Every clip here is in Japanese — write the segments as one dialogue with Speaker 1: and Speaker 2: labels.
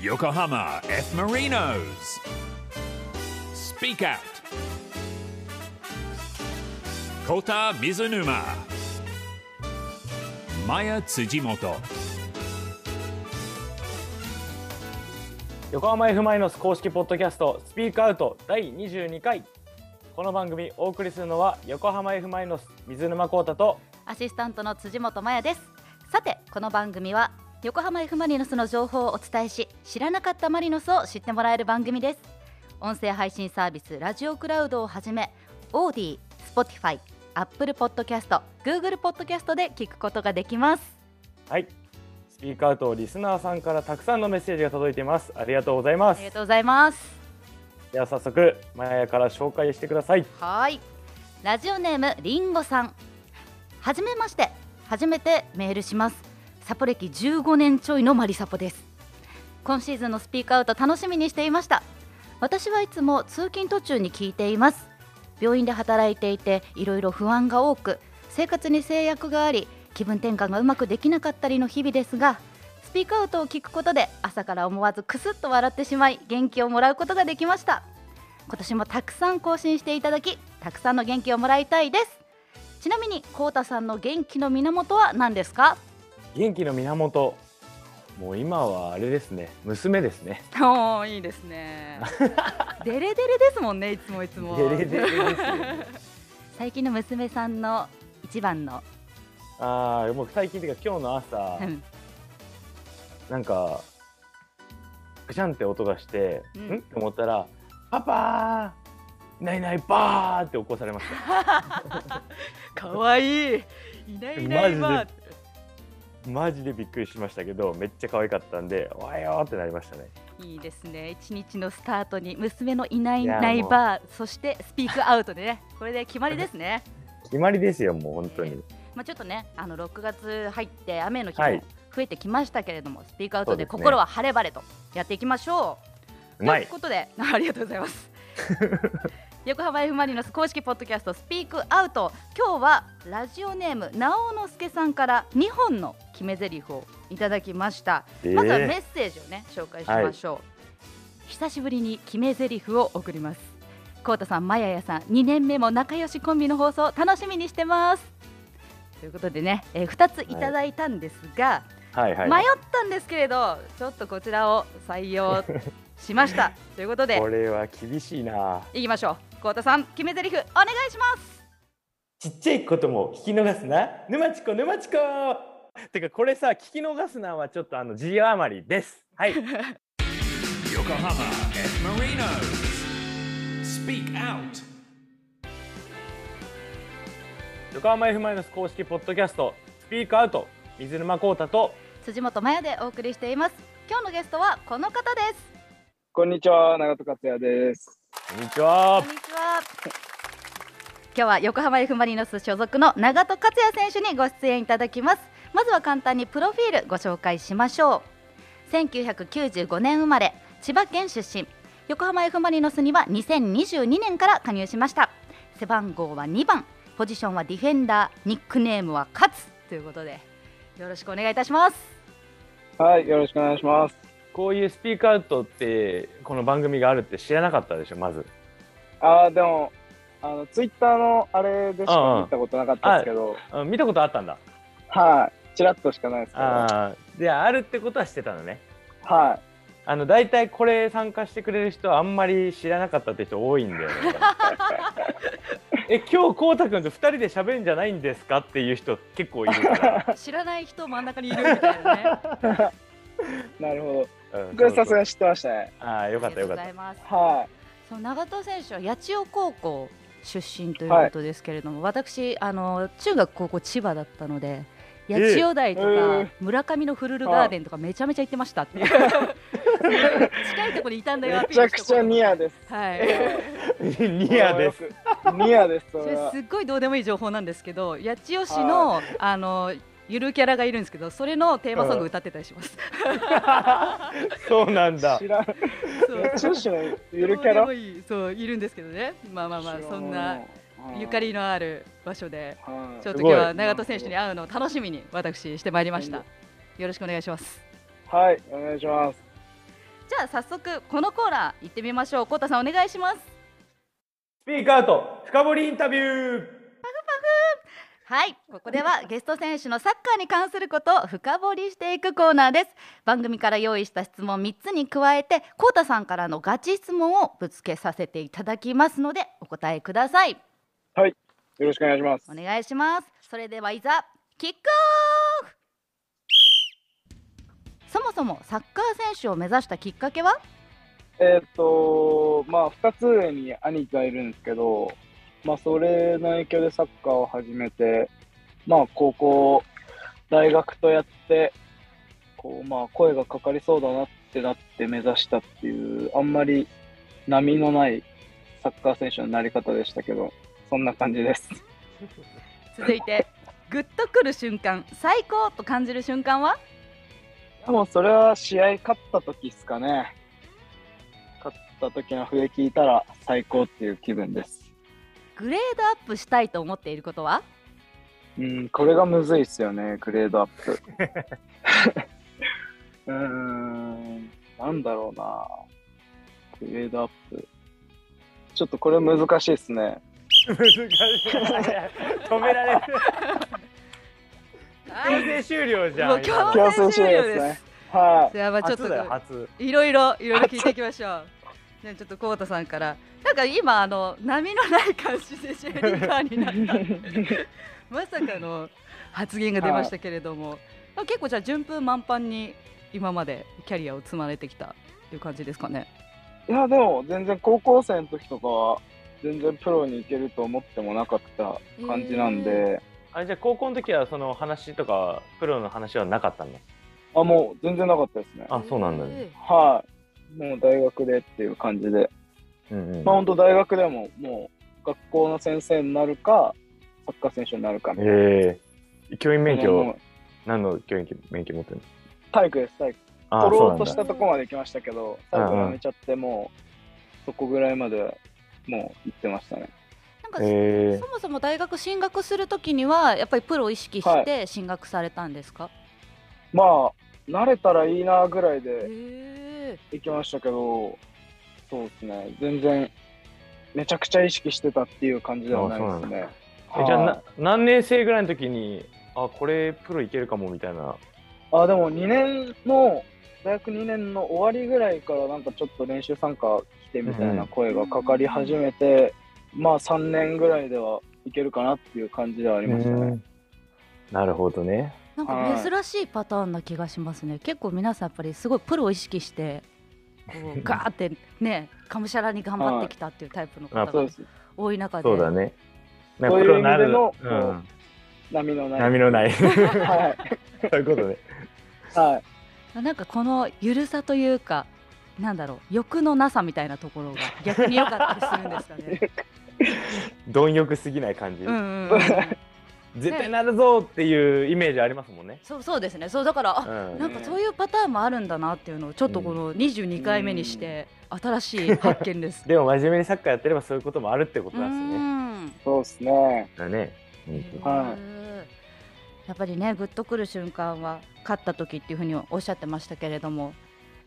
Speaker 1: Yokohama F. Marinos. Speak Out. Kota Mizunuma. Maya Tsujimoto.
Speaker 2: 横浜 F マイノス公式ポッドキャストスピークアウト第22回この番組お送りするのは横浜 F マイノス水沼孝太と
Speaker 3: アシスタントの辻本麻也ですさてこの番組は横浜 F ・マリノスの情報をお伝えし知らなかったマリノスを知ってもらえる番組です音声配信サービスラジオクラウドをはじめオーディ、スポティファイ、アップルポッドキャスト、グーグルポッドキャストで聞くことができます
Speaker 2: はいスピークアウトリスナーさんからたくさんのメッセージが届いていますありがとうございま
Speaker 3: あ
Speaker 2: す
Speaker 3: りがとうございます
Speaker 2: では早速マヤから紹介してください
Speaker 3: はいラジオネームりんごさんはじめまして初めてメールしますサポ歴15年ちょいのマリサポです今シーズンのスピークアウト楽しみにしていました私はいつも通勤途中に聞いています病院で働いていていろいろ不安が多く生活に制約があり気分転換がうまくできなかったりの日々ですがスピークアウトを聞くことで朝から思わずクスッと笑ってしまい元気をもらうことができました今年もたくさん更新していただきたくさんの元気をもらいたいですちなみにこうたさんの元気の源は何ですか
Speaker 2: 元気の源もう今はあれですね娘ですね
Speaker 3: おーいいです ねデレデレですもんねいつもいつも
Speaker 2: デレデレですよ
Speaker 3: 最近の娘さんの一番の、
Speaker 2: ああもう最近っていうか今日の 朝
Speaker 3: うん
Speaker 2: なんかぐしゃんって音がして、、
Speaker 3: うんん
Speaker 2: んって思ったら「パパーいないいないバー!」って起こされました
Speaker 3: かわいいいないい
Speaker 2: マ
Speaker 3: な
Speaker 2: ジ
Speaker 3: い
Speaker 2: で
Speaker 3: ばあ
Speaker 2: マジでびっくりしましたけどめっちゃ可愛かったんで「おはよう」ってなりましたね
Speaker 3: いいですね一日のスタートに娘のいないい
Speaker 2: いや
Speaker 3: な
Speaker 2: ー
Speaker 3: い
Speaker 2: もう
Speaker 3: ばあそしてスピークアウトでねこれで決まりですね
Speaker 2: 決まりですよもう本当に、
Speaker 3: まあ、ちょっとね、あの6月入って雨の日
Speaker 2: はい
Speaker 3: も増えてきましたけれども、スピークアウトで
Speaker 2: そうですね
Speaker 3: 心は晴れ晴れとやっていきましょう。
Speaker 2: うま
Speaker 3: とい
Speaker 2: いう
Speaker 3: ことで、 ありがとうござい ます。横浜 F ・マリノス公式ポッドキャストスピークアウト今日はラジオネームなおのすけさんから2本の決め台詞をいただきました、
Speaker 2: えー
Speaker 3: まずはメッセージをね紹介しましょう、久しぶりに決め台詞を送りますコウタさんマヤヤさん2年目も仲良しコンビの放送楽しみにしてますということでね、えー、2ついただいたんですが、
Speaker 2: はいはい、
Speaker 3: 迷ったんですけれどちょっとこちらを採用しました ということで
Speaker 2: これは厳しいない
Speaker 3: きましょうコウタさん決め台詞お願いします
Speaker 2: ちっちゃいことも聞き逃すな沼ちこ沼ちこてかこれさ聞き逃すなはちょっとあの字余りです はい
Speaker 1: Yokohama F. Marinos. Speak Out.
Speaker 2: 横浜 F ・マイノス公式ポッドキャストスピークアウト水沼孝太と
Speaker 3: 辻本マヤでお送りしています今日のゲストはこの方です
Speaker 4: こんにちは、長戸克也です。
Speaker 2: こんにちは
Speaker 3: こんにちは。今日は横浜 F ・マリノス所属の長戸克也選手にご出演いただきます。まずは簡単にプロフィールご紹介しましょう。1995年生まれ、千葉県出身。横浜 F ・マリノスには2022年から加入しました。背番号は2番、ポジションはディフェンダー、ニックネームは勝つということで、よろしくお願いいたします。
Speaker 4: はい、よろしくお願いします。
Speaker 2: こういうスピークアウトってこの番組があるって知らなかったでしょまず
Speaker 4: あー、でも、あの、ツイッターのあれでし
Speaker 2: うんう
Speaker 4: か
Speaker 2: ん
Speaker 4: 見たことなかったですけど、
Speaker 2: あ見たことあったんだ
Speaker 4: はい、ちらっとしかないですけど、は
Speaker 2: ああであるってことはしてたのね
Speaker 4: い。
Speaker 2: あの大体これ参加してくれる人はあんまり知らなかったって人多いんだよねえ今日こうたくんと2人で喋るんじゃないんですかっていう人結構いる から、
Speaker 3: 知らない人真ん中にいるみたいなね。
Speaker 4: なるほ
Speaker 2: う
Speaker 4: ど。
Speaker 2: ん
Speaker 4: これさす
Speaker 2: そう
Speaker 4: が知ってましたね。
Speaker 2: そうああよかったよかった
Speaker 3: ありがとうございます。
Speaker 4: は
Speaker 3: その長戸選手は八千代高校出身ということですけれども、私あの中学高校千葉だったので八千代台とか、
Speaker 4: えー
Speaker 3: 村上のフルルガーデンとかめちゃめちゃ行ってました っていう近いところにいたん
Speaker 4: い。
Speaker 3: だよ
Speaker 4: めちゃくちゃニ
Speaker 3: ア
Speaker 4: アです。
Speaker 3: はい
Speaker 2: ニアです
Speaker 4: す。ニアです、そ
Speaker 3: そ
Speaker 4: れ
Speaker 3: れ
Speaker 4: は
Speaker 3: す。っごいどうでもいい情報なんですけど八千代市のあのゆるキャラがいるんですけどそれのテーマソング歌ってたりします、
Speaker 2: そうなんだ
Speaker 4: 知らん。
Speaker 3: そう
Speaker 4: 女子のゆる
Speaker 3: どう
Speaker 4: キャ
Speaker 3: で
Speaker 4: ラ
Speaker 3: もいいそういるんですけどねまあまあまあそんな、ゆか
Speaker 4: り、
Speaker 3: りのある場所で
Speaker 4: はい
Speaker 3: ちょっ
Speaker 2: す
Speaker 3: と
Speaker 2: ご
Speaker 3: 今
Speaker 2: い
Speaker 3: 日は長戸選手に会うのを楽しみに私してまいりました。よろしくお願いします。
Speaker 4: はい、お願いします。
Speaker 3: じゃあ早速このコーナー行ってみましょうコウタさんお願いします
Speaker 5: スピークアウト深掘りインタビュー
Speaker 3: はいここではゲスト選手のサッカーに関することを深掘りしていくコーナーです番組から用意した質問3つに加えてコウタさんからのガチ質問をぶつけさせていただきますのでお答えください
Speaker 4: よろしくお願いします
Speaker 3: お。願いしますそれではいざキックオフそもそもサッカー選手を目指したきっかけは
Speaker 4: えーっ、と、まあ、二つ上に兄貴がいるんですけど、まあ、それの影響でサッカーを始めて、まあ、高校、大学とやって、こう、まあ、声がかかりそうだなってなって目指したっていう、あんまり波のないサッカー選手のなり方でしたけど、そんな感じです。
Speaker 3: 続いてグッとくる瞬間最高と感じる瞬間は
Speaker 4: でもそれは試合勝った時ですかね。勝った時の笛聞いたら最高っていう気分です。
Speaker 3: グレードアップしたいと思っていることは
Speaker 4: うん、これがむずいっすよね、グレードアップ。 うーん、なんだろうな。グレードアップ。ちょっとこれ難しいっすね。
Speaker 5: 難しい止められる強制終了じゃん
Speaker 3: もう今日
Speaker 4: 強制終了ですね。は
Speaker 3: じゃあまあちょっ
Speaker 5: 初だよ
Speaker 3: と
Speaker 5: 初
Speaker 3: いろいろいろいろ聞いていきましょうじゃあちょっとコウタさんからなんか今あの波のない感じでシェーリンカーになった
Speaker 4: い。
Speaker 3: まさかの発言が出ましたけれども、あ結構じゃあ順風満帆に今までキャリアを積まれてきたっていう感じですかね。
Speaker 4: いや、でも全然高校生の時とかは、全然プロに行けると思ってもなかった感じなんで、
Speaker 5: あれじゃあ高校の時はその話とかプロの話はなかったんだ
Speaker 4: あ、もう全然なかったですね。
Speaker 5: あそうなんだね
Speaker 3: え
Speaker 4: はい。もう大学でっていう感じで。
Speaker 5: うんうん
Speaker 4: まあ本当大学でももう学校の先生になるかサッカー選手になるかみたいな
Speaker 2: ええ教員免
Speaker 4: も
Speaker 2: 許
Speaker 4: う、
Speaker 2: 何の教員免許持ってるの
Speaker 4: 体育です体育
Speaker 2: ああ、
Speaker 4: 取
Speaker 2: そ
Speaker 4: ろ
Speaker 2: うな
Speaker 4: うと
Speaker 2: ん
Speaker 4: し
Speaker 2: だ。
Speaker 4: たとこまで行きましたけど最後やめちゃってもうそこぐらいまでもう行ってましたね
Speaker 3: なんか、
Speaker 2: ええ
Speaker 3: そもそも大学進学するときにはやっぱりプロを意識して進学されたんですか、
Speaker 4: まあ慣れたらいいなぐらい
Speaker 3: へ
Speaker 4: で
Speaker 3: え
Speaker 4: 行きましたけどそうですね全然めちゃくちゃ意識してたっていう感じではないですね
Speaker 5: えじゃあ
Speaker 4: はい
Speaker 5: な何年生ぐらいの時にあこれプロいけるかもみたいな
Speaker 4: あでも2年の大学2年の終わりぐらいからなんかちょっと練習参加来てみたいな声がかかり始めて、まあ3年ぐらいではいけるかなっていう感じではありました
Speaker 2: う
Speaker 4: ね。
Speaker 2: んなるほどね。
Speaker 3: なんか珍しいパターンな気がしますね、結構皆さんやっぱりすごいプロを意識してこうガーってねがむしゃらに頑張ってきたっていうタイプの方
Speaker 2: あ
Speaker 4: そう
Speaker 3: が
Speaker 4: です
Speaker 3: 多い中で
Speaker 2: そうだね。なん
Speaker 4: そう
Speaker 2: か
Speaker 4: いう
Speaker 2: プロにな
Speaker 4: 意味で
Speaker 2: る
Speaker 4: の
Speaker 2: うん、
Speaker 4: 波のない。
Speaker 2: 波の ない。そうい
Speaker 4: は
Speaker 2: うことね。
Speaker 4: い、はい、
Speaker 3: なんかこのゆるさというか、なんだろう、欲のなさみたいなところが逆に良かったりするんですかね。
Speaker 2: 貪欲すぎない感じ、
Speaker 3: うんうんうん、
Speaker 2: 絶対なるぞっていうイメージありますもんね。
Speaker 3: そうそうですね。そうだから、あ
Speaker 2: うん
Speaker 3: なんかそういうパターンもあるんだなっていうのをちょっとこの22回目にして新しい発見で す。
Speaker 2: でも真面目にサッカーやってればそういうこともあるってこと
Speaker 3: う
Speaker 2: なんですよね。
Speaker 3: ん。
Speaker 4: そうですね。
Speaker 2: だね。うん
Speaker 4: は
Speaker 3: やっぱりね、グッとくる瞬間は勝った時っていうふうにおっしゃってましたけれども。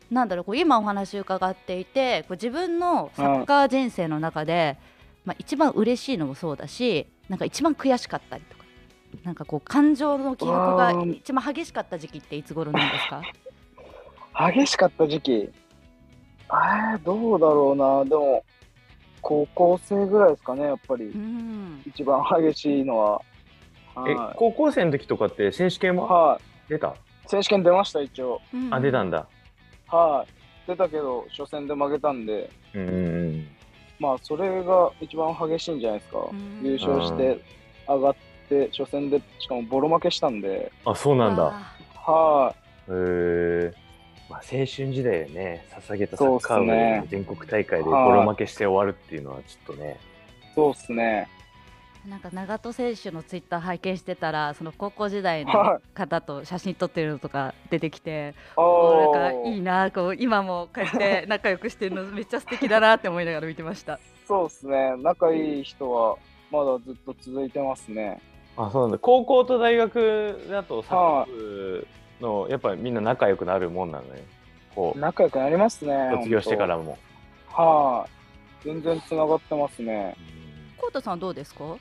Speaker 3: なんだろうこう今お話伺っていてこう自分のサッカー人生の中で、まあ、一番嬉しいのもそうだしなんか一番悔しかったりとかなんかこう感情の起伏が
Speaker 4: あー
Speaker 3: 一番激しかった時期っていつ頃なんで すか
Speaker 4: 激しかった時期。あーどうだろうな。でも、高校生ぐらいですかね、やっぱ
Speaker 3: う
Speaker 4: り。
Speaker 3: ん
Speaker 4: 一番激しいのは。
Speaker 2: え
Speaker 4: は
Speaker 2: 高校生の時とかって選手権
Speaker 4: い。
Speaker 2: も
Speaker 4: はい。
Speaker 2: 出た
Speaker 4: 選手権出ました、一応。
Speaker 2: あ出たん
Speaker 3: だ
Speaker 2: だ。
Speaker 4: はい。出たけど、初戦で負けたんで。
Speaker 2: うんうんうん
Speaker 4: まあそれが一番激しいんじゃないですか、
Speaker 3: うん
Speaker 4: 優勝して上がって初戦でしかもボロ負けしたんで
Speaker 2: あそうなんだ。
Speaker 4: は
Speaker 2: へえまあ、青春時代ね捧げたサッカー
Speaker 4: そうっすね
Speaker 2: 部全国大会でボロ負けして終わるっていうのはちょっとね
Speaker 4: いそうっすね
Speaker 3: なんか長門選手のツイッター拝見してたらその高校時代
Speaker 4: は
Speaker 3: の
Speaker 4: い
Speaker 3: 方と写真撮ってるのとか出てきて、
Speaker 4: あ
Speaker 3: もう
Speaker 4: あ
Speaker 3: なんかいいなこう今もこうやって仲良くしてるのめっちゃ素敵だなって思いながら見てました。
Speaker 4: そうっすね仲いい人はまだずっと続いてますね
Speaker 2: あそうなんだ高校と大学だとサッカ
Speaker 4: は
Speaker 2: ー部のやっぱりみんな仲良くなるもんなのねこう、
Speaker 4: 仲良くなりますね。。
Speaker 2: 卒業してかららも。
Speaker 4: はい。全然繋がってますね。
Speaker 3: コートさんどうですか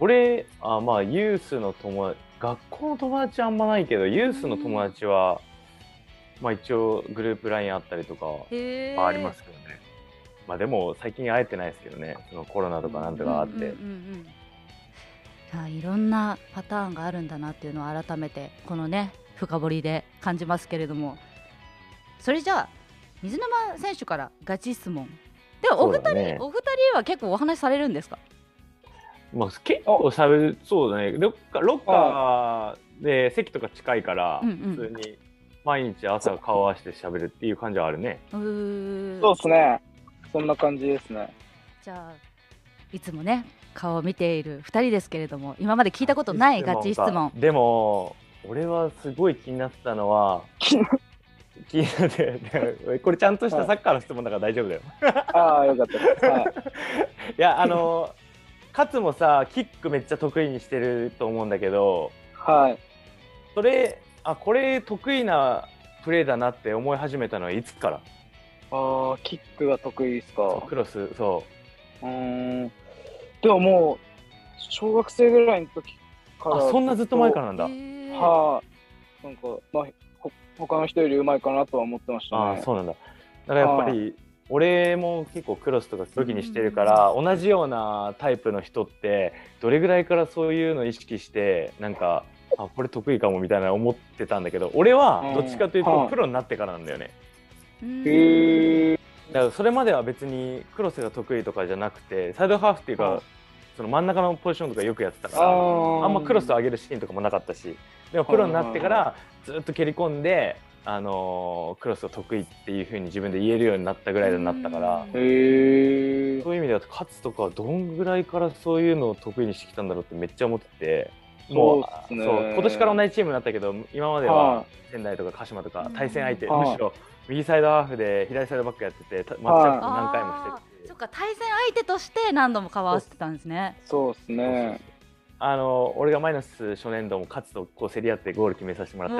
Speaker 2: 俺、あまあ、ユースの友達、学校の友達あんまないけど、ユースの友達は、まあ一応グループ LINE あったりとか、
Speaker 3: へえ
Speaker 2: まあ、ありますけどね。まあでも、最近会えてないですけどね、そのコロナとかなんとかあって。
Speaker 3: うんうんうんうんあいろんなパターンがあるんだなっていうのを改めてこのね深掘りで感じますけれどもそれじゃあ水沼選手からガチ質問でもお二
Speaker 2: そう
Speaker 3: 人、
Speaker 2: だね
Speaker 3: お二人は結構お話しされるんですか
Speaker 2: まあ、結構しゃべる、そうだね、ロッカーロッカーで席とか近いから、
Speaker 3: うんうん
Speaker 2: 普通に毎日朝顔合わせてしゃべるっていう感じはあるね。
Speaker 3: うー
Speaker 4: そうですね。そんな感じですね。
Speaker 3: じゃあいつもね顔を見ている二人ですけれども今まで聞いたことないガチ質問
Speaker 2: かでも、俺はすごい気になってたのは、気になってて、これちゃんとしたサッカーの質問だから大丈夫だよ。
Speaker 4: ああ、よかったです。はい。
Speaker 2: いや、あの、勝もさ、キックめっちゃ得意にしてると思うんだけど、
Speaker 4: はい。
Speaker 2: それ、あ、これ得意なプレーだなって思い始めたのはいつから
Speaker 4: ああ、キックが得意ですか。
Speaker 2: クロス、そう。
Speaker 4: うーん。でももう、小学生ぐらいの時から。
Speaker 2: あそんなずっと前からなんだ。
Speaker 3: へー
Speaker 4: はい、なんか、まあ、ほ他の人よりうまいかなとは思ってましたね。
Speaker 2: ああそうなんだ。だからやっぱり俺も結構クロスとか武器にしてるから、同じようなタイプの人ってどれぐらいからそういうの意識してなんかあこれ得意かもみたいな思ってたんだけど俺はどっちかという
Speaker 4: うん
Speaker 2: と
Speaker 4: はい
Speaker 2: プロになってからなんだよね。
Speaker 3: うん
Speaker 4: へえ。
Speaker 2: だからそれまでは別にクロスが得意とかじゃなくてサイドハーフっていう
Speaker 4: うん
Speaker 2: かその真ん中のポジションとかよくやってたから。
Speaker 4: あ
Speaker 2: あんまクロス
Speaker 4: は
Speaker 2: 上げるシーンとかもなかったしでもプロになってからずっと蹴り込んで、あのークロスを得意っていうふうに自分で言えるようになったぐらいになったから
Speaker 3: うん
Speaker 4: へえ。
Speaker 2: そういう意味では勝つとかはどんぐらいからそういうのを得意にしてきたんだろうってめっちゃ思ってて
Speaker 4: そう
Speaker 2: も
Speaker 4: っすね。
Speaker 2: そう今年から同じチームになったけど今まで
Speaker 4: は
Speaker 2: はい仙台とか鹿島とか対戦相手、
Speaker 4: うん
Speaker 2: むしろ右サイドハーフで左サイドバックやっててたマッチアップ何回もしてて
Speaker 3: そっ。か対戦相手として何度も顔合わせてたんですね
Speaker 4: そうですね。
Speaker 2: あの俺がマイナス初年度も勝つとこう競り合ってゴール決めさせてもらっ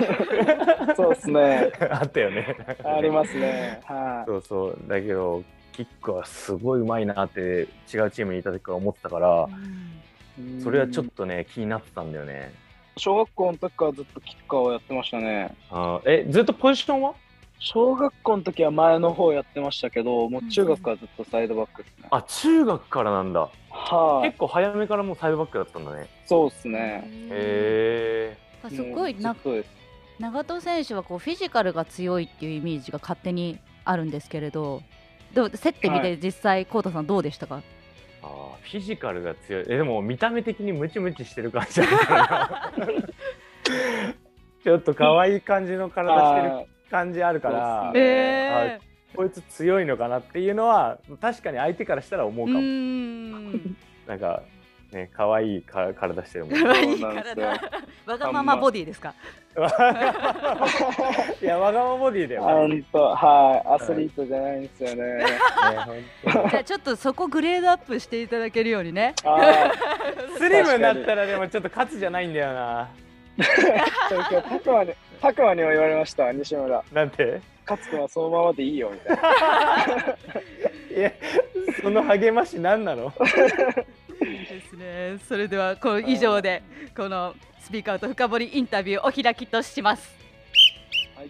Speaker 2: たりとかして
Speaker 4: は そうですね。
Speaker 2: あったよね。
Speaker 4: ありますね。はい。
Speaker 2: そうそう。だけど、キックはすごいうまいなって、違うチームにいた時から思ってたから、それはちょっ
Speaker 4: と。
Speaker 2: とね、気になってたんだよね。
Speaker 4: 小学校の時からずっとキッカーをやってましたね。
Speaker 2: あーえ、ずっとポジションは
Speaker 4: 小学校の時は前の方やってましたけど、もう中学からずっとサイドバックですね。
Speaker 2: あ、中学からなんだ。
Speaker 4: はい
Speaker 2: 結。構早めからもうサイドバックだったんだね。
Speaker 4: そうですね。
Speaker 3: へ
Speaker 2: へ
Speaker 3: ーすごいな
Speaker 4: そうです。
Speaker 3: 長戸選手はこうフィジカルが強いっていうイメージが勝手にあるんですけれどどう競ってみ
Speaker 4: は
Speaker 3: て実際コウタさんどうでしたか、
Speaker 2: ー。あーフィジカルが強い。え、でも見た目的にムチムチしてる感じだ から。ちょっと可愛い感じの体してる
Speaker 4: はい
Speaker 2: 感じあるから
Speaker 4: は、い
Speaker 3: え
Speaker 2: こいつ強いのかなっていうのは、確かに相手からしたら思う
Speaker 3: ー、う
Speaker 2: かも。
Speaker 3: ーん
Speaker 2: なんか、ね、可愛 いか体してるもん。
Speaker 3: 可愛い
Speaker 4: そうなんですよ
Speaker 3: 体わがままボディですか
Speaker 2: いや、わがままボディだ
Speaker 4: あ
Speaker 2: よ。ね、
Speaker 4: んと、はい、アスリートじゃないんですよね。
Speaker 2: 本
Speaker 3: じゃあちょっとそこグレードアップしていただけるようにね
Speaker 4: はい、
Speaker 2: 当にスリムになったら、でもちょっと勝つじゃないんだよな。
Speaker 4: それ今日、たくまに、たくまにも言われました、西村。
Speaker 2: なんて
Speaker 4: 勝つのはそのままでいいよ、みたいな。
Speaker 2: いや、その励ましなんなの
Speaker 3: いいですねそれではこう以上でこのスピーカーと深掘りインタビューお開きとします
Speaker 4: はい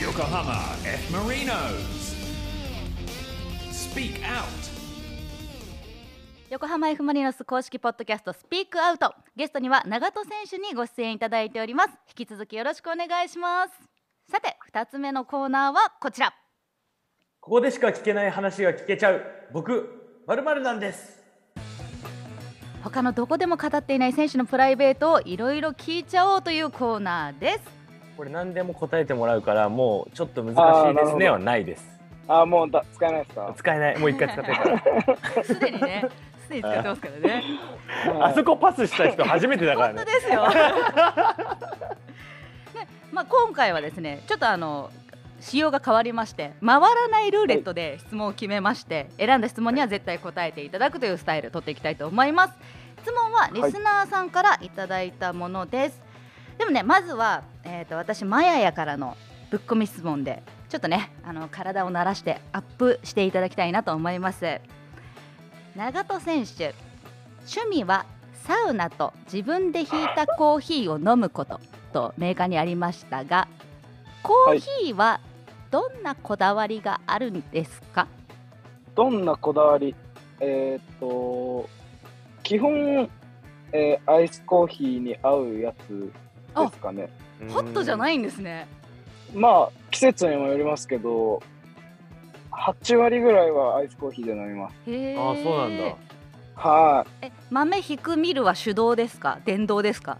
Speaker 1: Yokohama F. Marinos. Speak Out.
Speaker 3: 横浜 F ・マリノス公式ポッドキャストスピークアウトゲストには長戸選手にご出演いただいております引き続きよろしくお願いしますさて二つ目のコーナーはこちら
Speaker 2: ここでしか聞けない話が聞けちゃう。僕、まるなんです。
Speaker 3: 他のどこでも語っていない選手のプライベートをいろいろ聞いちゃおうというコーナーです
Speaker 2: これ何でも答えてもらうから、もうちょっと難
Speaker 4: あ
Speaker 2: し
Speaker 4: ー
Speaker 2: いで
Speaker 4: なる
Speaker 2: す
Speaker 4: ほ
Speaker 2: ね
Speaker 4: ど
Speaker 2: はないです。
Speaker 4: あ、もうだ、使えないですか。
Speaker 2: 使えない。もう一回使ってるから。
Speaker 3: すでにねすでに使ってますからね
Speaker 4: はい
Speaker 2: あそこパスした人初めて だから
Speaker 3: 本当
Speaker 2: ね
Speaker 3: で。すよ。 ねまあ、今回はですね、ちょっとあの。仕様が変わりまして回らないルーレットで質問を決めまして選んだ質問には絶対答えていただくというスタイルを取っていきたいと思います質問はリスナーさんからいただいたものです、でもねまずは、えー、と私マヤヤからのぶっ込み質問でちょっとねあの体を慣らしてアップしていただきたいなと思います長門選手趣味はサウナと自分で引いたコーヒーを飲むこととメーカーにありましたがコーヒーはどんなこだわりがあるんですか、
Speaker 4: どんなこだわりえーっと、基本、えーアイスコーヒーに合うやつですかね。
Speaker 3: ホットじゃ
Speaker 2: い
Speaker 3: ないんですね
Speaker 4: まあ、季節にもよりますけど、8割ぐらいはアイスコーヒーで飲みます。
Speaker 3: へー
Speaker 2: ああそうなんだ
Speaker 4: は
Speaker 3: え豆引くミルは手動ですか電動ですか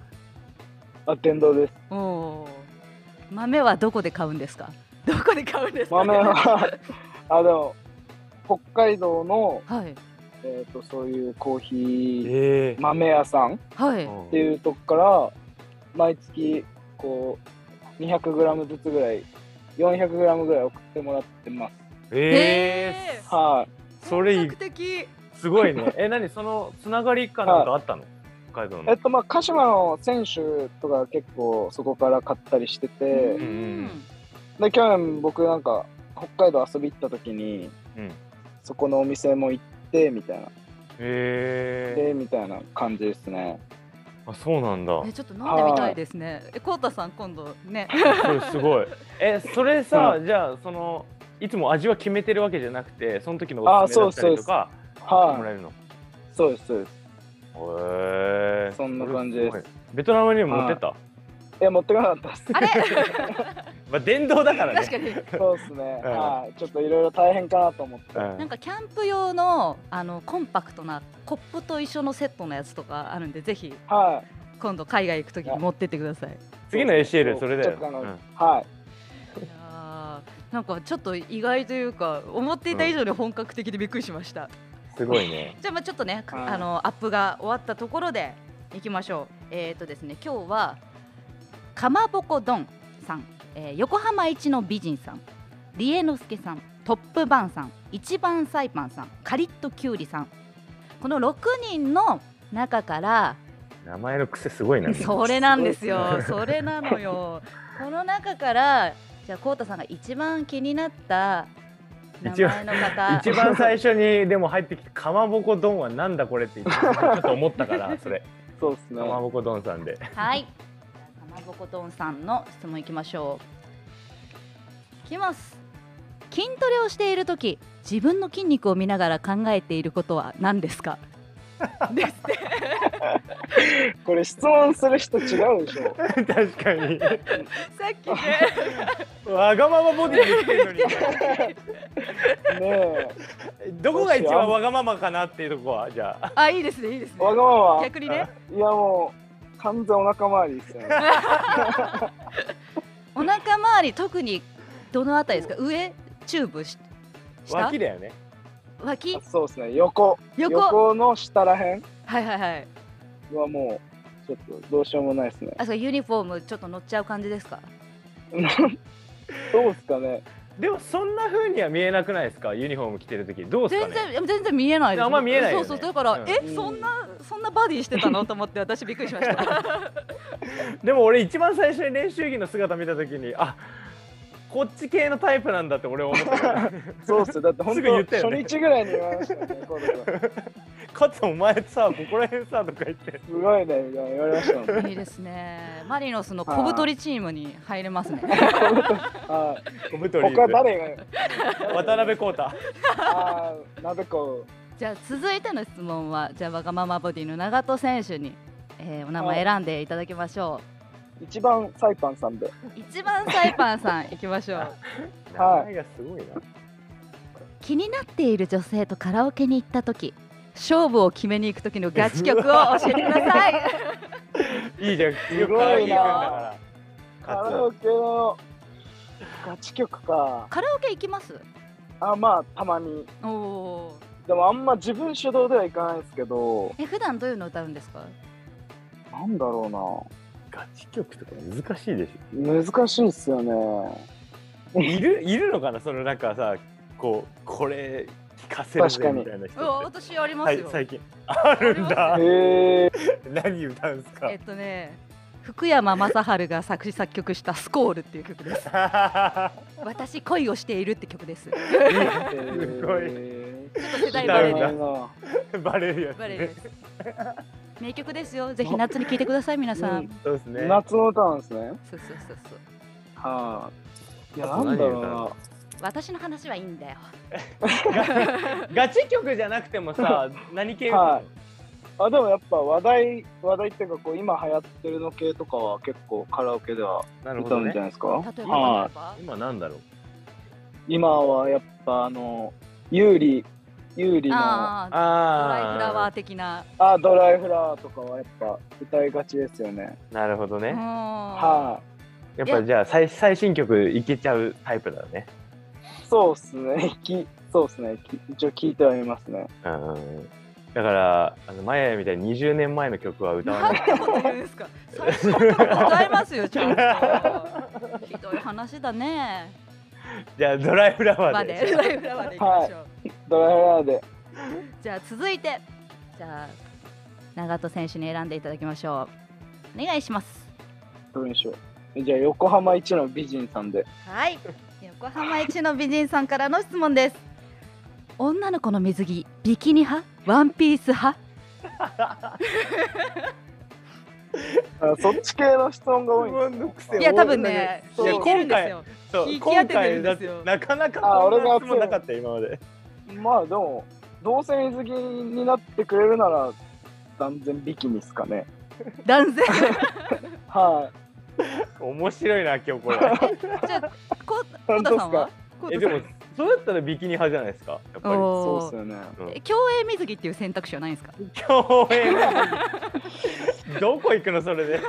Speaker 4: い。あ、電動です。
Speaker 3: おお豆はどこで買うんですかどこで買うんですか
Speaker 4: 豆は、あ、でも、北海道の、
Speaker 3: はい
Speaker 4: えーっと、そういうコーヒー
Speaker 2: え
Speaker 4: 豆屋さんっ
Speaker 3: はい
Speaker 4: ていうとこから、毎月、こう、200グラムずつぐらい、400グラムぐらい送ってもらってます。
Speaker 2: え
Speaker 3: へー
Speaker 4: はい。
Speaker 2: それ
Speaker 3: 本格的
Speaker 2: ー、すごい ねえ何そのつながりかなんかあったの北海道
Speaker 4: え
Speaker 2: の
Speaker 4: っとまあ鹿島の選手とか結構そこから買ったりしてて、で去年僕なんか北海道遊び行った時に、
Speaker 2: うん
Speaker 4: そこのお店も行ってみたいな
Speaker 2: え
Speaker 4: でみたいな感じですね
Speaker 2: ー、あそうなんだ
Speaker 3: えちょっと飲んでみたいですねえコウタさん今度ね
Speaker 2: それすごい えそれさ、じゃあそのいつも味は決めてるわけじゃなくてその時のおすすめだったりとかも
Speaker 4: は
Speaker 2: らえるの
Speaker 4: いそうですそうです
Speaker 2: へえ
Speaker 4: そんな感じです
Speaker 2: ごいベトナムにも持ってった、
Speaker 4: いや持ってこなかったっす
Speaker 3: あれ
Speaker 2: まあ、電動だから
Speaker 3: 確
Speaker 2: ね
Speaker 3: かに
Speaker 4: そうですね、
Speaker 2: うん
Speaker 4: はいちょっといろいろ大変かなと思って
Speaker 2: うん
Speaker 3: なんかキャンプ用のあのコンパクトなコップと一緒のセットのやつとかあるんでぜひ
Speaker 4: はい
Speaker 3: 今度海外行くときに持ってってください。
Speaker 2: 次の ACL それだ
Speaker 4: ちょ
Speaker 2: よ
Speaker 4: っとあの
Speaker 2: うん
Speaker 4: はい
Speaker 3: いやーなんかちょっと意外というか思っていた以上に本格的でびっくりしました。
Speaker 2: すごいね
Speaker 3: じゃあまあちょっとね、か
Speaker 4: はい
Speaker 3: あのアップが終わったところでいきましょう。えっ、とですね今日はかまぼこ丼さん、えー横浜一の美人さん、りえのすけさん、トップバンさん、一番サイパンさん、カリッときゅうりさん、この6人の中から
Speaker 2: 名前の癖すごいなみんな
Speaker 3: それなんですよ。それなのよ。この中からじゃあこうたさんが一番気になった名前の方、
Speaker 2: 一番最初にでも入ってきてかまぼこ丼はなんだこれって言ってちょっと思った からそれ
Speaker 4: そうですね
Speaker 2: かまぼこ丼さんで
Speaker 3: はい。じゃあかまぼこどんさんの質問いきましょう。いきます。筋トレをしているとき、自分の筋肉を見ながら考えていることは何ですか。ですって。
Speaker 4: これ質問する人違うでしょ
Speaker 2: 確かに
Speaker 3: さっきね。
Speaker 2: わがままボディで来てるのに
Speaker 4: ねえ
Speaker 2: どこが一番わがままかなっていうとこはじゃあ
Speaker 3: あ、いいですね。いいですね。
Speaker 4: わがまま
Speaker 3: 逆にね、
Speaker 4: いやもう完全お腹周りですよね
Speaker 3: お腹周り、特にどのあたりですか。上、チューブし。下
Speaker 2: 脇だよね
Speaker 3: 脇。
Speaker 4: そうですね横
Speaker 3: 横
Speaker 4: の下らへん
Speaker 3: はいはいはい。
Speaker 4: はもうちょっとどうしようもないですね
Speaker 3: あ、そう、ユニフォーム、ちょっと乗っちゃう感じですか。
Speaker 4: どうですかね
Speaker 2: でもそんな風には見えなくないですかユニフォーム着てる時どうですか
Speaker 3: 全
Speaker 2: ね
Speaker 3: 然、いや全然見えないです。
Speaker 2: あんま見えないよね
Speaker 3: そうそう、だから、
Speaker 2: うん
Speaker 3: え、
Speaker 4: うん
Speaker 3: そんな、そんなバディしてたのと思って、私びっくりしました。
Speaker 2: でも俺一番最初に練習着の姿見た時にあこっち系のタイプなんだって俺は思った
Speaker 4: そうっすよだって本
Speaker 2: すぐ言っ
Speaker 4: 当、
Speaker 2: たよ
Speaker 4: 初
Speaker 2: ね
Speaker 4: 日ぐらいに言われましたよねコード君
Speaker 2: かつお前さここら辺さとか言って
Speaker 4: すごいねみたいな言われましたもん
Speaker 3: いいですね。マリノスの小太りチームに入れます ね。
Speaker 4: はい
Speaker 2: 小太り
Speaker 4: 他誰が
Speaker 2: 渡辺浩太
Speaker 4: あー鍋子
Speaker 3: じゃあ続いての質問はじゃあわがままボディの長戸選手に、えーお名前選んでいただきましょ
Speaker 4: 一番サイパンさんで
Speaker 3: う。一番サイパンさん行きましょう。
Speaker 2: 名
Speaker 4: はい
Speaker 2: 前がすごいな
Speaker 3: 気になっている女性とカラオケに行った時、勝負を決めに行く時のガチ曲を教えてください。
Speaker 2: いいじゃんす
Speaker 4: ごいなカ
Speaker 2: カ
Speaker 4: ラ
Speaker 2: ラ
Speaker 4: オ
Speaker 2: オ
Speaker 4: ケのガチ曲か
Speaker 3: カラオケ行きます？
Speaker 4: あまあたまに
Speaker 3: おおー。
Speaker 4: でもあんま自分主導ではいかないですけど
Speaker 3: え普段どういうの歌うんですか？
Speaker 4: なんだろ
Speaker 2: ガチ曲とか難しいでし
Speaker 4: うな難しいっすよね
Speaker 2: ょいるいるのかなそのなんかさこうこれ聞かせるぜみたいな
Speaker 3: うわ
Speaker 2: 人って
Speaker 3: 私ありま
Speaker 2: は
Speaker 3: す
Speaker 2: い
Speaker 3: よ。
Speaker 2: 最近あるんだ
Speaker 4: へえ
Speaker 2: 何歌うんすか
Speaker 3: えっとね、福山雅治が作詞作曲した「スコール」っていう曲です私恋をしているって曲ですちょ
Speaker 4: す
Speaker 2: ごい
Speaker 3: っと世代バ
Speaker 2: バ
Speaker 3: レ
Speaker 2: レ
Speaker 3: る
Speaker 2: る バレるや
Speaker 4: な。
Speaker 2: つ、ね。
Speaker 3: バレるです名曲ですよぜひ夏に聴いてください皆さん、
Speaker 4: うん
Speaker 2: そうですね。
Speaker 4: 夏の歌なんですね。
Speaker 3: そうそうそうそう
Speaker 4: はい。いや、
Speaker 2: あと
Speaker 4: なんだ
Speaker 2: 何
Speaker 4: ろう
Speaker 2: 歌う
Speaker 4: な
Speaker 2: の。
Speaker 3: 私の話はいいんだよ
Speaker 2: ガチ曲じゃなくてもさ、何系歌うの、
Speaker 4: はいあでもやっぱ話題話題っていうかこう今流行ってるの系とかは結構カラオケでは
Speaker 2: なるほ
Speaker 4: 歌
Speaker 2: ど
Speaker 4: うん
Speaker 2: ね
Speaker 4: じゃ。ないですか、
Speaker 3: 例え
Speaker 4: は
Speaker 3: ば
Speaker 2: 今なんだろう。
Speaker 4: 今はやっぱあの有利有利のあ
Speaker 3: ああドライフラワー
Speaker 2: あ
Speaker 3: 的な
Speaker 4: ドライフラワーとかはやっぱ歌いがちですよね
Speaker 2: あ、なるほど
Speaker 3: う
Speaker 2: ね。
Speaker 3: ん
Speaker 4: は
Speaker 2: やっぱじゃあ最最新曲いけちゃうタイプだね。
Speaker 4: い、そうっすね きそうっすねき一応聞いてはいますね
Speaker 2: うんうんうん。だからあの前みたいに20年前の曲は歌わな
Speaker 3: な
Speaker 2: ん い。
Speaker 3: てこと言うんですか。最初のこと答えますよ、ちゃんと。ひどい話だね。
Speaker 2: じゃあドライフラワ
Speaker 3: ま
Speaker 2: ー
Speaker 3: で、
Speaker 2: で。
Speaker 3: フライフラワーでいきましょう。
Speaker 4: ドライフラワーで
Speaker 3: じゃあ、続いて。じゃあ。長門選手に選んでいただきましょう。お願いします。
Speaker 4: どうでしょうえじゃあ横浜一の美人さんで
Speaker 3: はい。横浜一の美人さんからの質問です。女の子の水着、ビキニ派、ワンピース派。
Speaker 4: あそっち系の質問が多いんですね
Speaker 2: の癖多
Speaker 3: いや、多分ね。
Speaker 4: そう
Speaker 3: 聞いてるんですよ。
Speaker 2: そう
Speaker 3: 引き
Speaker 2: 今
Speaker 3: 当ててる
Speaker 2: 回
Speaker 3: んで
Speaker 2: だ
Speaker 3: すよ
Speaker 2: なかなか
Speaker 4: あ
Speaker 2: こんな
Speaker 4: 俺が
Speaker 2: 質問なかったよ今まで。
Speaker 4: まあでもどうせ水着になってくれるなら断然ビキニっすかね
Speaker 3: 男性。
Speaker 4: はい、
Speaker 2: 面白いな今日 これ。
Speaker 3: じゃあ、こ、こうたさんは。こう
Speaker 2: え
Speaker 3: た
Speaker 2: で
Speaker 3: さんは
Speaker 2: もそうだったらビキニ派じゃないですかやっぱり。
Speaker 3: お
Speaker 4: そ
Speaker 3: ー
Speaker 4: うっすよね
Speaker 2: うん
Speaker 3: え競泳水着っていう選択肢はないんですか
Speaker 2: 競泳どこ行くのそれで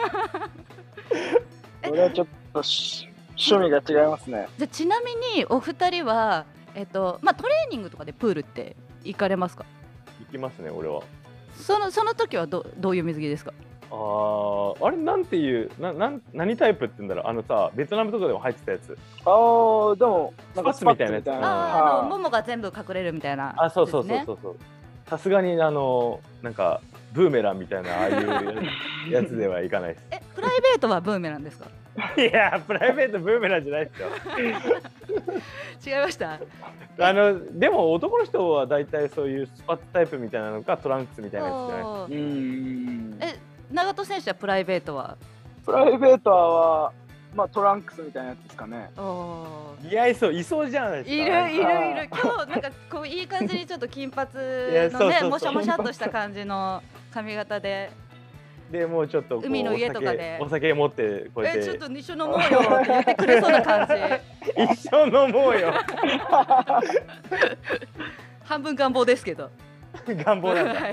Speaker 4: 俺はちょっとし趣味が違いますね
Speaker 3: じゃあちなみにお二人は、えっとまあ、トレーニングとかでプールって行かれますか
Speaker 2: 行きますね俺は
Speaker 3: そのその時はどどういう水着ですか
Speaker 2: あーあれなんていうななん何タイプって言うんだろうあのさベトナムとかでも入ってたやつ
Speaker 4: ああでもなんか
Speaker 2: スパッツみたいなやつ
Speaker 4: スパッツみたい
Speaker 2: うん
Speaker 3: ああの
Speaker 4: はい
Speaker 3: ももが全部隠れるみたいな、
Speaker 2: あそうそう
Speaker 3: で
Speaker 2: そう
Speaker 3: すね
Speaker 2: そうそうさすがにあのなんかブーメランみたいなああ いうやつではいかないです
Speaker 3: えプライベートはブーメランですか
Speaker 2: いやプライベートブーメランじゃないですよ
Speaker 3: 違いました
Speaker 2: あのでも男の人は大体そういうスパッツタイプみたいなのかトランクスみたいなやつじゃない
Speaker 3: お
Speaker 4: う
Speaker 3: ー
Speaker 4: ん
Speaker 3: え長門選手はプライベートは
Speaker 4: プライベートはまあトランクスみたいなやつですかね
Speaker 3: おー
Speaker 2: いやいそういそうじゃないですか
Speaker 3: いるい
Speaker 2: なん
Speaker 3: る
Speaker 2: か
Speaker 3: いる今日なんかこういい感じにちょっと金髪
Speaker 2: やそう
Speaker 3: の
Speaker 2: そう
Speaker 3: ね
Speaker 2: そう
Speaker 3: もしゃもしゃっとした感じの髪型で
Speaker 2: でもうちょっとこう
Speaker 3: 海の家とかで
Speaker 2: お酒お酒持ってこうやっ
Speaker 3: え
Speaker 2: て
Speaker 3: ちょっと一緒飲もうよって言ってくれそう な感じ
Speaker 2: 一緒飲もうよ
Speaker 3: 半分願望ですけど
Speaker 2: 願望なんだ
Speaker 3: は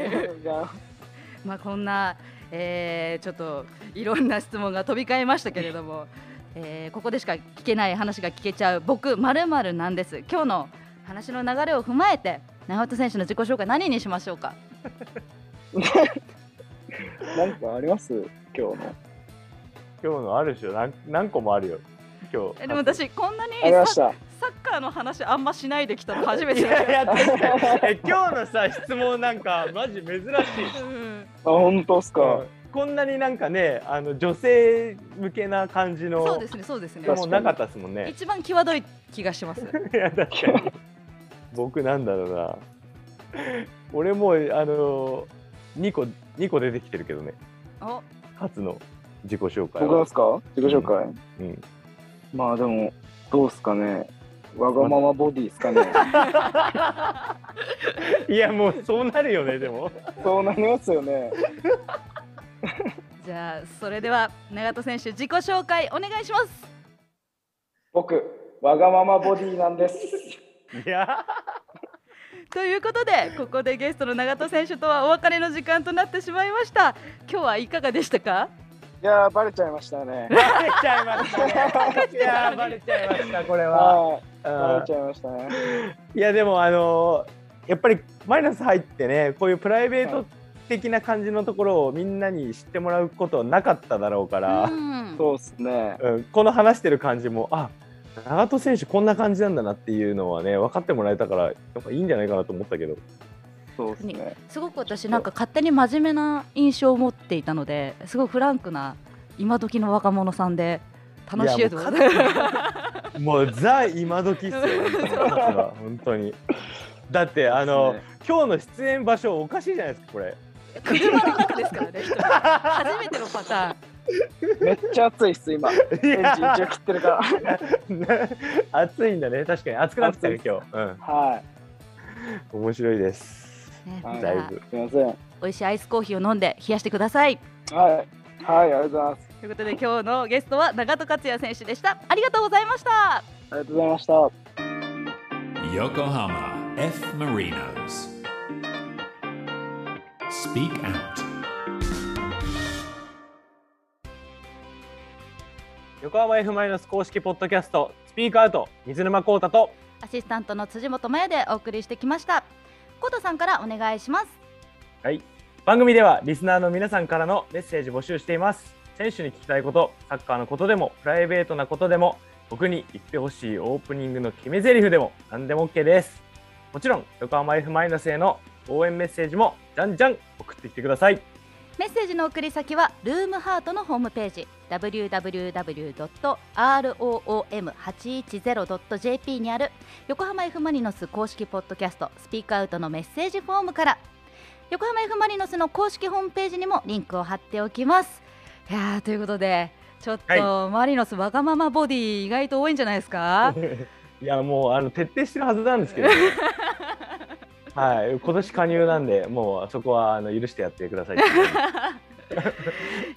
Speaker 3: いまあこんな、えーちょっといろんな質問が飛び交いましたけれども、えーここでしか聞けない話が聞けちゃう僕まるまるなんです今日の話の流れを踏まえて長門選手の自己紹介何にしましょうか
Speaker 4: 何かあります今日の
Speaker 2: 今日のあるでしょ何何個もあるよ今日
Speaker 3: えでも私こんなに
Speaker 4: ありまし
Speaker 3: サ
Speaker 4: た
Speaker 3: サッカーの話あんましないできたの初め
Speaker 2: い
Speaker 3: て
Speaker 2: やい
Speaker 3: だ
Speaker 2: や確かにえ今日のさ質問なんかマジ珍しい
Speaker 3: うん
Speaker 4: あ本当っすか
Speaker 2: こんなになんかねあの女性向けな感じ
Speaker 3: そう
Speaker 2: の
Speaker 3: ですねそうですね
Speaker 2: 質問なかったですもんね
Speaker 3: 一番際どい気がします
Speaker 2: いや確かに僕なんだろうな俺もうあの2個二個出てきてるけどね
Speaker 3: お
Speaker 2: 初の自己紹介
Speaker 4: 僕なん
Speaker 2: は
Speaker 4: すか自己紹介、
Speaker 2: うん
Speaker 4: まあでもどうっすかねわがままボディっすか ね
Speaker 2: いやもうそうなるよねでも
Speaker 4: そうなりますよね
Speaker 3: じゃあそれでは長門選手自己紹介お願いします
Speaker 4: 僕わがままボディなんです
Speaker 2: いや
Speaker 3: ということでここでゲストの長門選手とはお別れの時間となってしまいました今日はいかがでしたか
Speaker 4: いやーバレちゃいましたね
Speaker 2: バレちゃいましたね。いや ーバレちゃいましたこれは。
Speaker 4: はいバレちゃいましたね
Speaker 2: いやでもあのーやっぱりマイナス入ってねこういうプライベー
Speaker 4: は
Speaker 2: ト
Speaker 4: い
Speaker 2: 的な感じのところをみんなに知ってもらうことはなかっただろうから、
Speaker 3: ん
Speaker 4: そうっすね
Speaker 2: うん、この話してる感じもあ長門選手こんな感じなんだなっていうのはね分かってもらえたからやっぱいいんじゃないかなと思ったけど
Speaker 4: そうっすね
Speaker 3: すごく私なんか勝手に真面目な印象を持っていたのですごいフランクな今時の若者さんで楽しい
Speaker 2: いや
Speaker 3: と
Speaker 2: もう
Speaker 3: 思
Speaker 2: か
Speaker 3: って
Speaker 2: なりもうザ今時っすよ本当に 本当にだってあの、今日の出演場所おかしいじゃないですかこ れ
Speaker 3: 車の中ですからね一人初めてのパターン
Speaker 4: めっちゃ暑いっす、今。エンジン中切ってるから。
Speaker 2: 暑いんだね確かに暑くなってたね今日、
Speaker 4: は
Speaker 2: うん、面白いです
Speaker 3: ね
Speaker 4: はい
Speaker 2: だいぶ
Speaker 4: い。すいません。はい。
Speaker 3: 美味しいアイスコーヒーを飲んで冷やしてください
Speaker 4: はい、ありがとうございます。
Speaker 3: ということで今日のゲストは長戸克也選手でしたありがとうございました
Speaker 4: ありがとうございました。
Speaker 1: Yokohama F. Marinos. Speak Out.
Speaker 2: 横浜 F マイナス公式ポッドキャストスピークアウト水沼孝太と
Speaker 3: アシスタントの辻本真也でお送りしてきました。コトさんからお願いします。
Speaker 2: 番組ではリスナーの皆さんからのメッセージ募集しています選手に聞きたいことサッカーのことでもプライベートなことでも僕に言ってほしいオープニングの決め台詞でも何でも OK ですもちろん横浜 F マイナスへの応援メッセージもじゃんじゃん送ってきてください
Speaker 3: メッセージの送り先はルームハートのホームページ www.room810.jp にある横浜 F ・マリノス公式ポッドキャストスピークアウトのメッセージフォームから横浜 F ・マリノスの公式ホームページにもリンクを貼っておきます。いやーということでちょっと、
Speaker 2: は
Speaker 3: マリノスわがままボディ意外と多いんじゃないで すか
Speaker 2: いやもうあの徹底してるはずなんですけどねはい今年加入なんでもうそこはあの許してやってください
Speaker 3: いや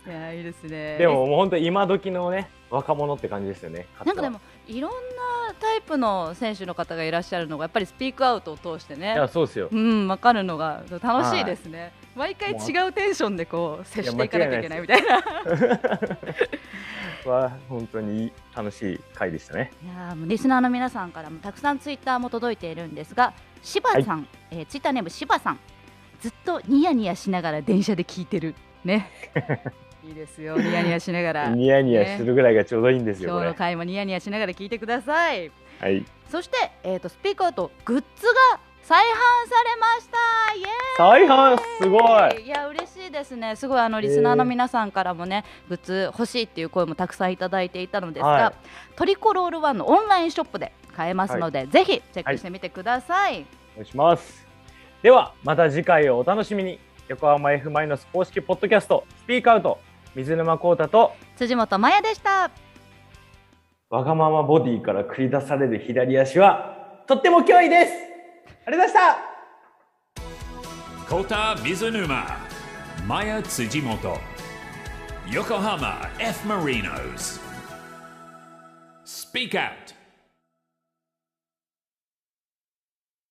Speaker 3: ーいいですね。
Speaker 2: でももう本当に今時のね若者って感じですよね
Speaker 3: なんかでもいろんなタイプの選手の方がいらっしゃるのがやっぱりスピークアウトを通して
Speaker 2: い
Speaker 3: ね
Speaker 2: やそうですよ
Speaker 3: うん分かるのが楽しいですね、毎回違うテンションでこう接していかなきゃいけないみたいない
Speaker 2: は本当に楽しい回でしたね。
Speaker 3: やーもうリスナーの皆さんからもたくさんツイッターも届いているんですが柴さん、えーツイッターネーム柴さんずっとニヤニヤしながら電車で聞いてる ねいいですよニヤニヤしながら
Speaker 2: ニヤニヤするぐらいがちょうどいいんですよ、
Speaker 3: 今
Speaker 2: こ
Speaker 3: 日の
Speaker 2: れ。
Speaker 3: 回もニヤニヤしながら聞いてください
Speaker 2: はい。
Speaker 3: そして、えー、とスピーカーとグッズが再販されましたイエー
Speaker 2: 大
Speaker 3: イ
Speaker 2: 半すごい。
Speaker 3: いや嬉しいですねすごいあのリスナーの皆さんからもね、グッズ欲しいっていう声もたくさんいただいていたのですが、
Speaker 2: はい
Speaker 3: トリコロールワンのオンラインショップで買えますので、ぜひチェックしてみてください、
Speaker 2: お願いします。ではまた次回をお楽しみに。横浜 F マイナス公式ポッドキャストスピークアウト水沼孝太と
Speaker 3: 辻本真也でした
Speaker 2: わがままボディから繰り出される左足はとっても脅威です。ありがとうございまし
Speaker 1: Kota
Speaker 2: た。
Speaker 1: Mizunuma, Maya Tsujimoto, Yokohama F. Marinos. Speak Out.